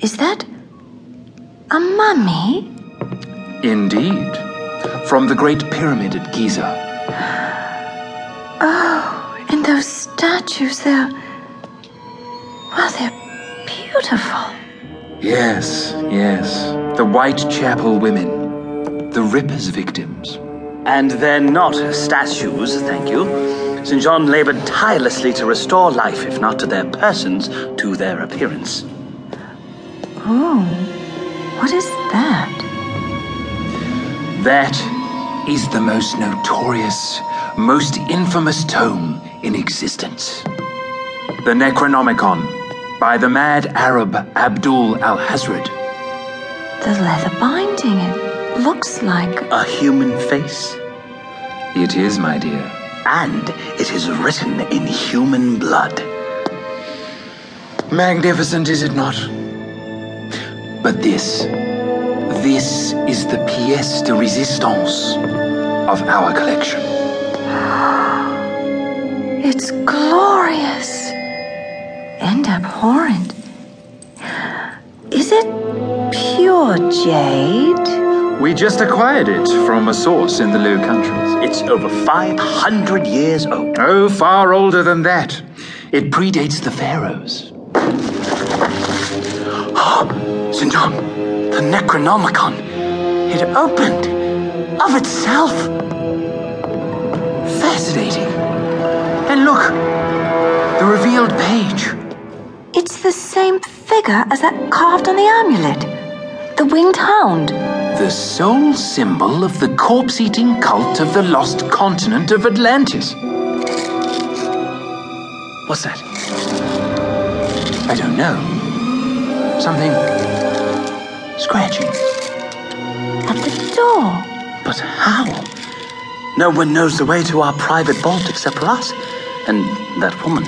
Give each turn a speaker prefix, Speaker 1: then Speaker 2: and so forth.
Speaker 1: Is that a mummy?
Speaker 2: Indeed. From the Great Pyramid at Giza.
Speaker 1: Oh, and those statues, they're. Well, they're beautiful.
Speaker 2: Yes, yes. The Whitechapel women. The Ripper's victims.
Speaker 3: And they're not statues, thank you. St. John labored tirelessly to restore life, if not to their persons, to their appearance.
Speaker 1: Oh, what is that?
Speaker 2: That is the most notorious, most infamous tome in existence. The Necronomicon by the mad Arab Abdul al Hazred.
Speaker 1: The leather binding, it looks like.
Speaker 3: A human face?
Speaker 2: It is, my dear.
Speaker 3: And it is written in human blood.
Speaker 2: Magnificent, is it not? But this, this is the pièce de résistance of our collection.
Speaker 1: It's glorious and abhorrent. Is it pure jade?
Speaker 2: We just acquired it from a source in the Low Countries.
Speaker 3: It's over 500 years old.
Speaker 2: Oh, far older than that. It predates the pharaohs.
Speaker 3: St. Ah, John, the Necronomicon. It opened of itself. Fascinating. And look, the revealed page.
Speaker 1: It's the same figure as that carved on the amulet. The winged hound.
Speaker 2: The sole symbol of the corpse eating cult of the lost continent of Atlantis. What's that? I don't know. Something scratching.
Speaker 1: At the door.
Speaker 3: But how? No one knows the way to our private vault except for us and that woman.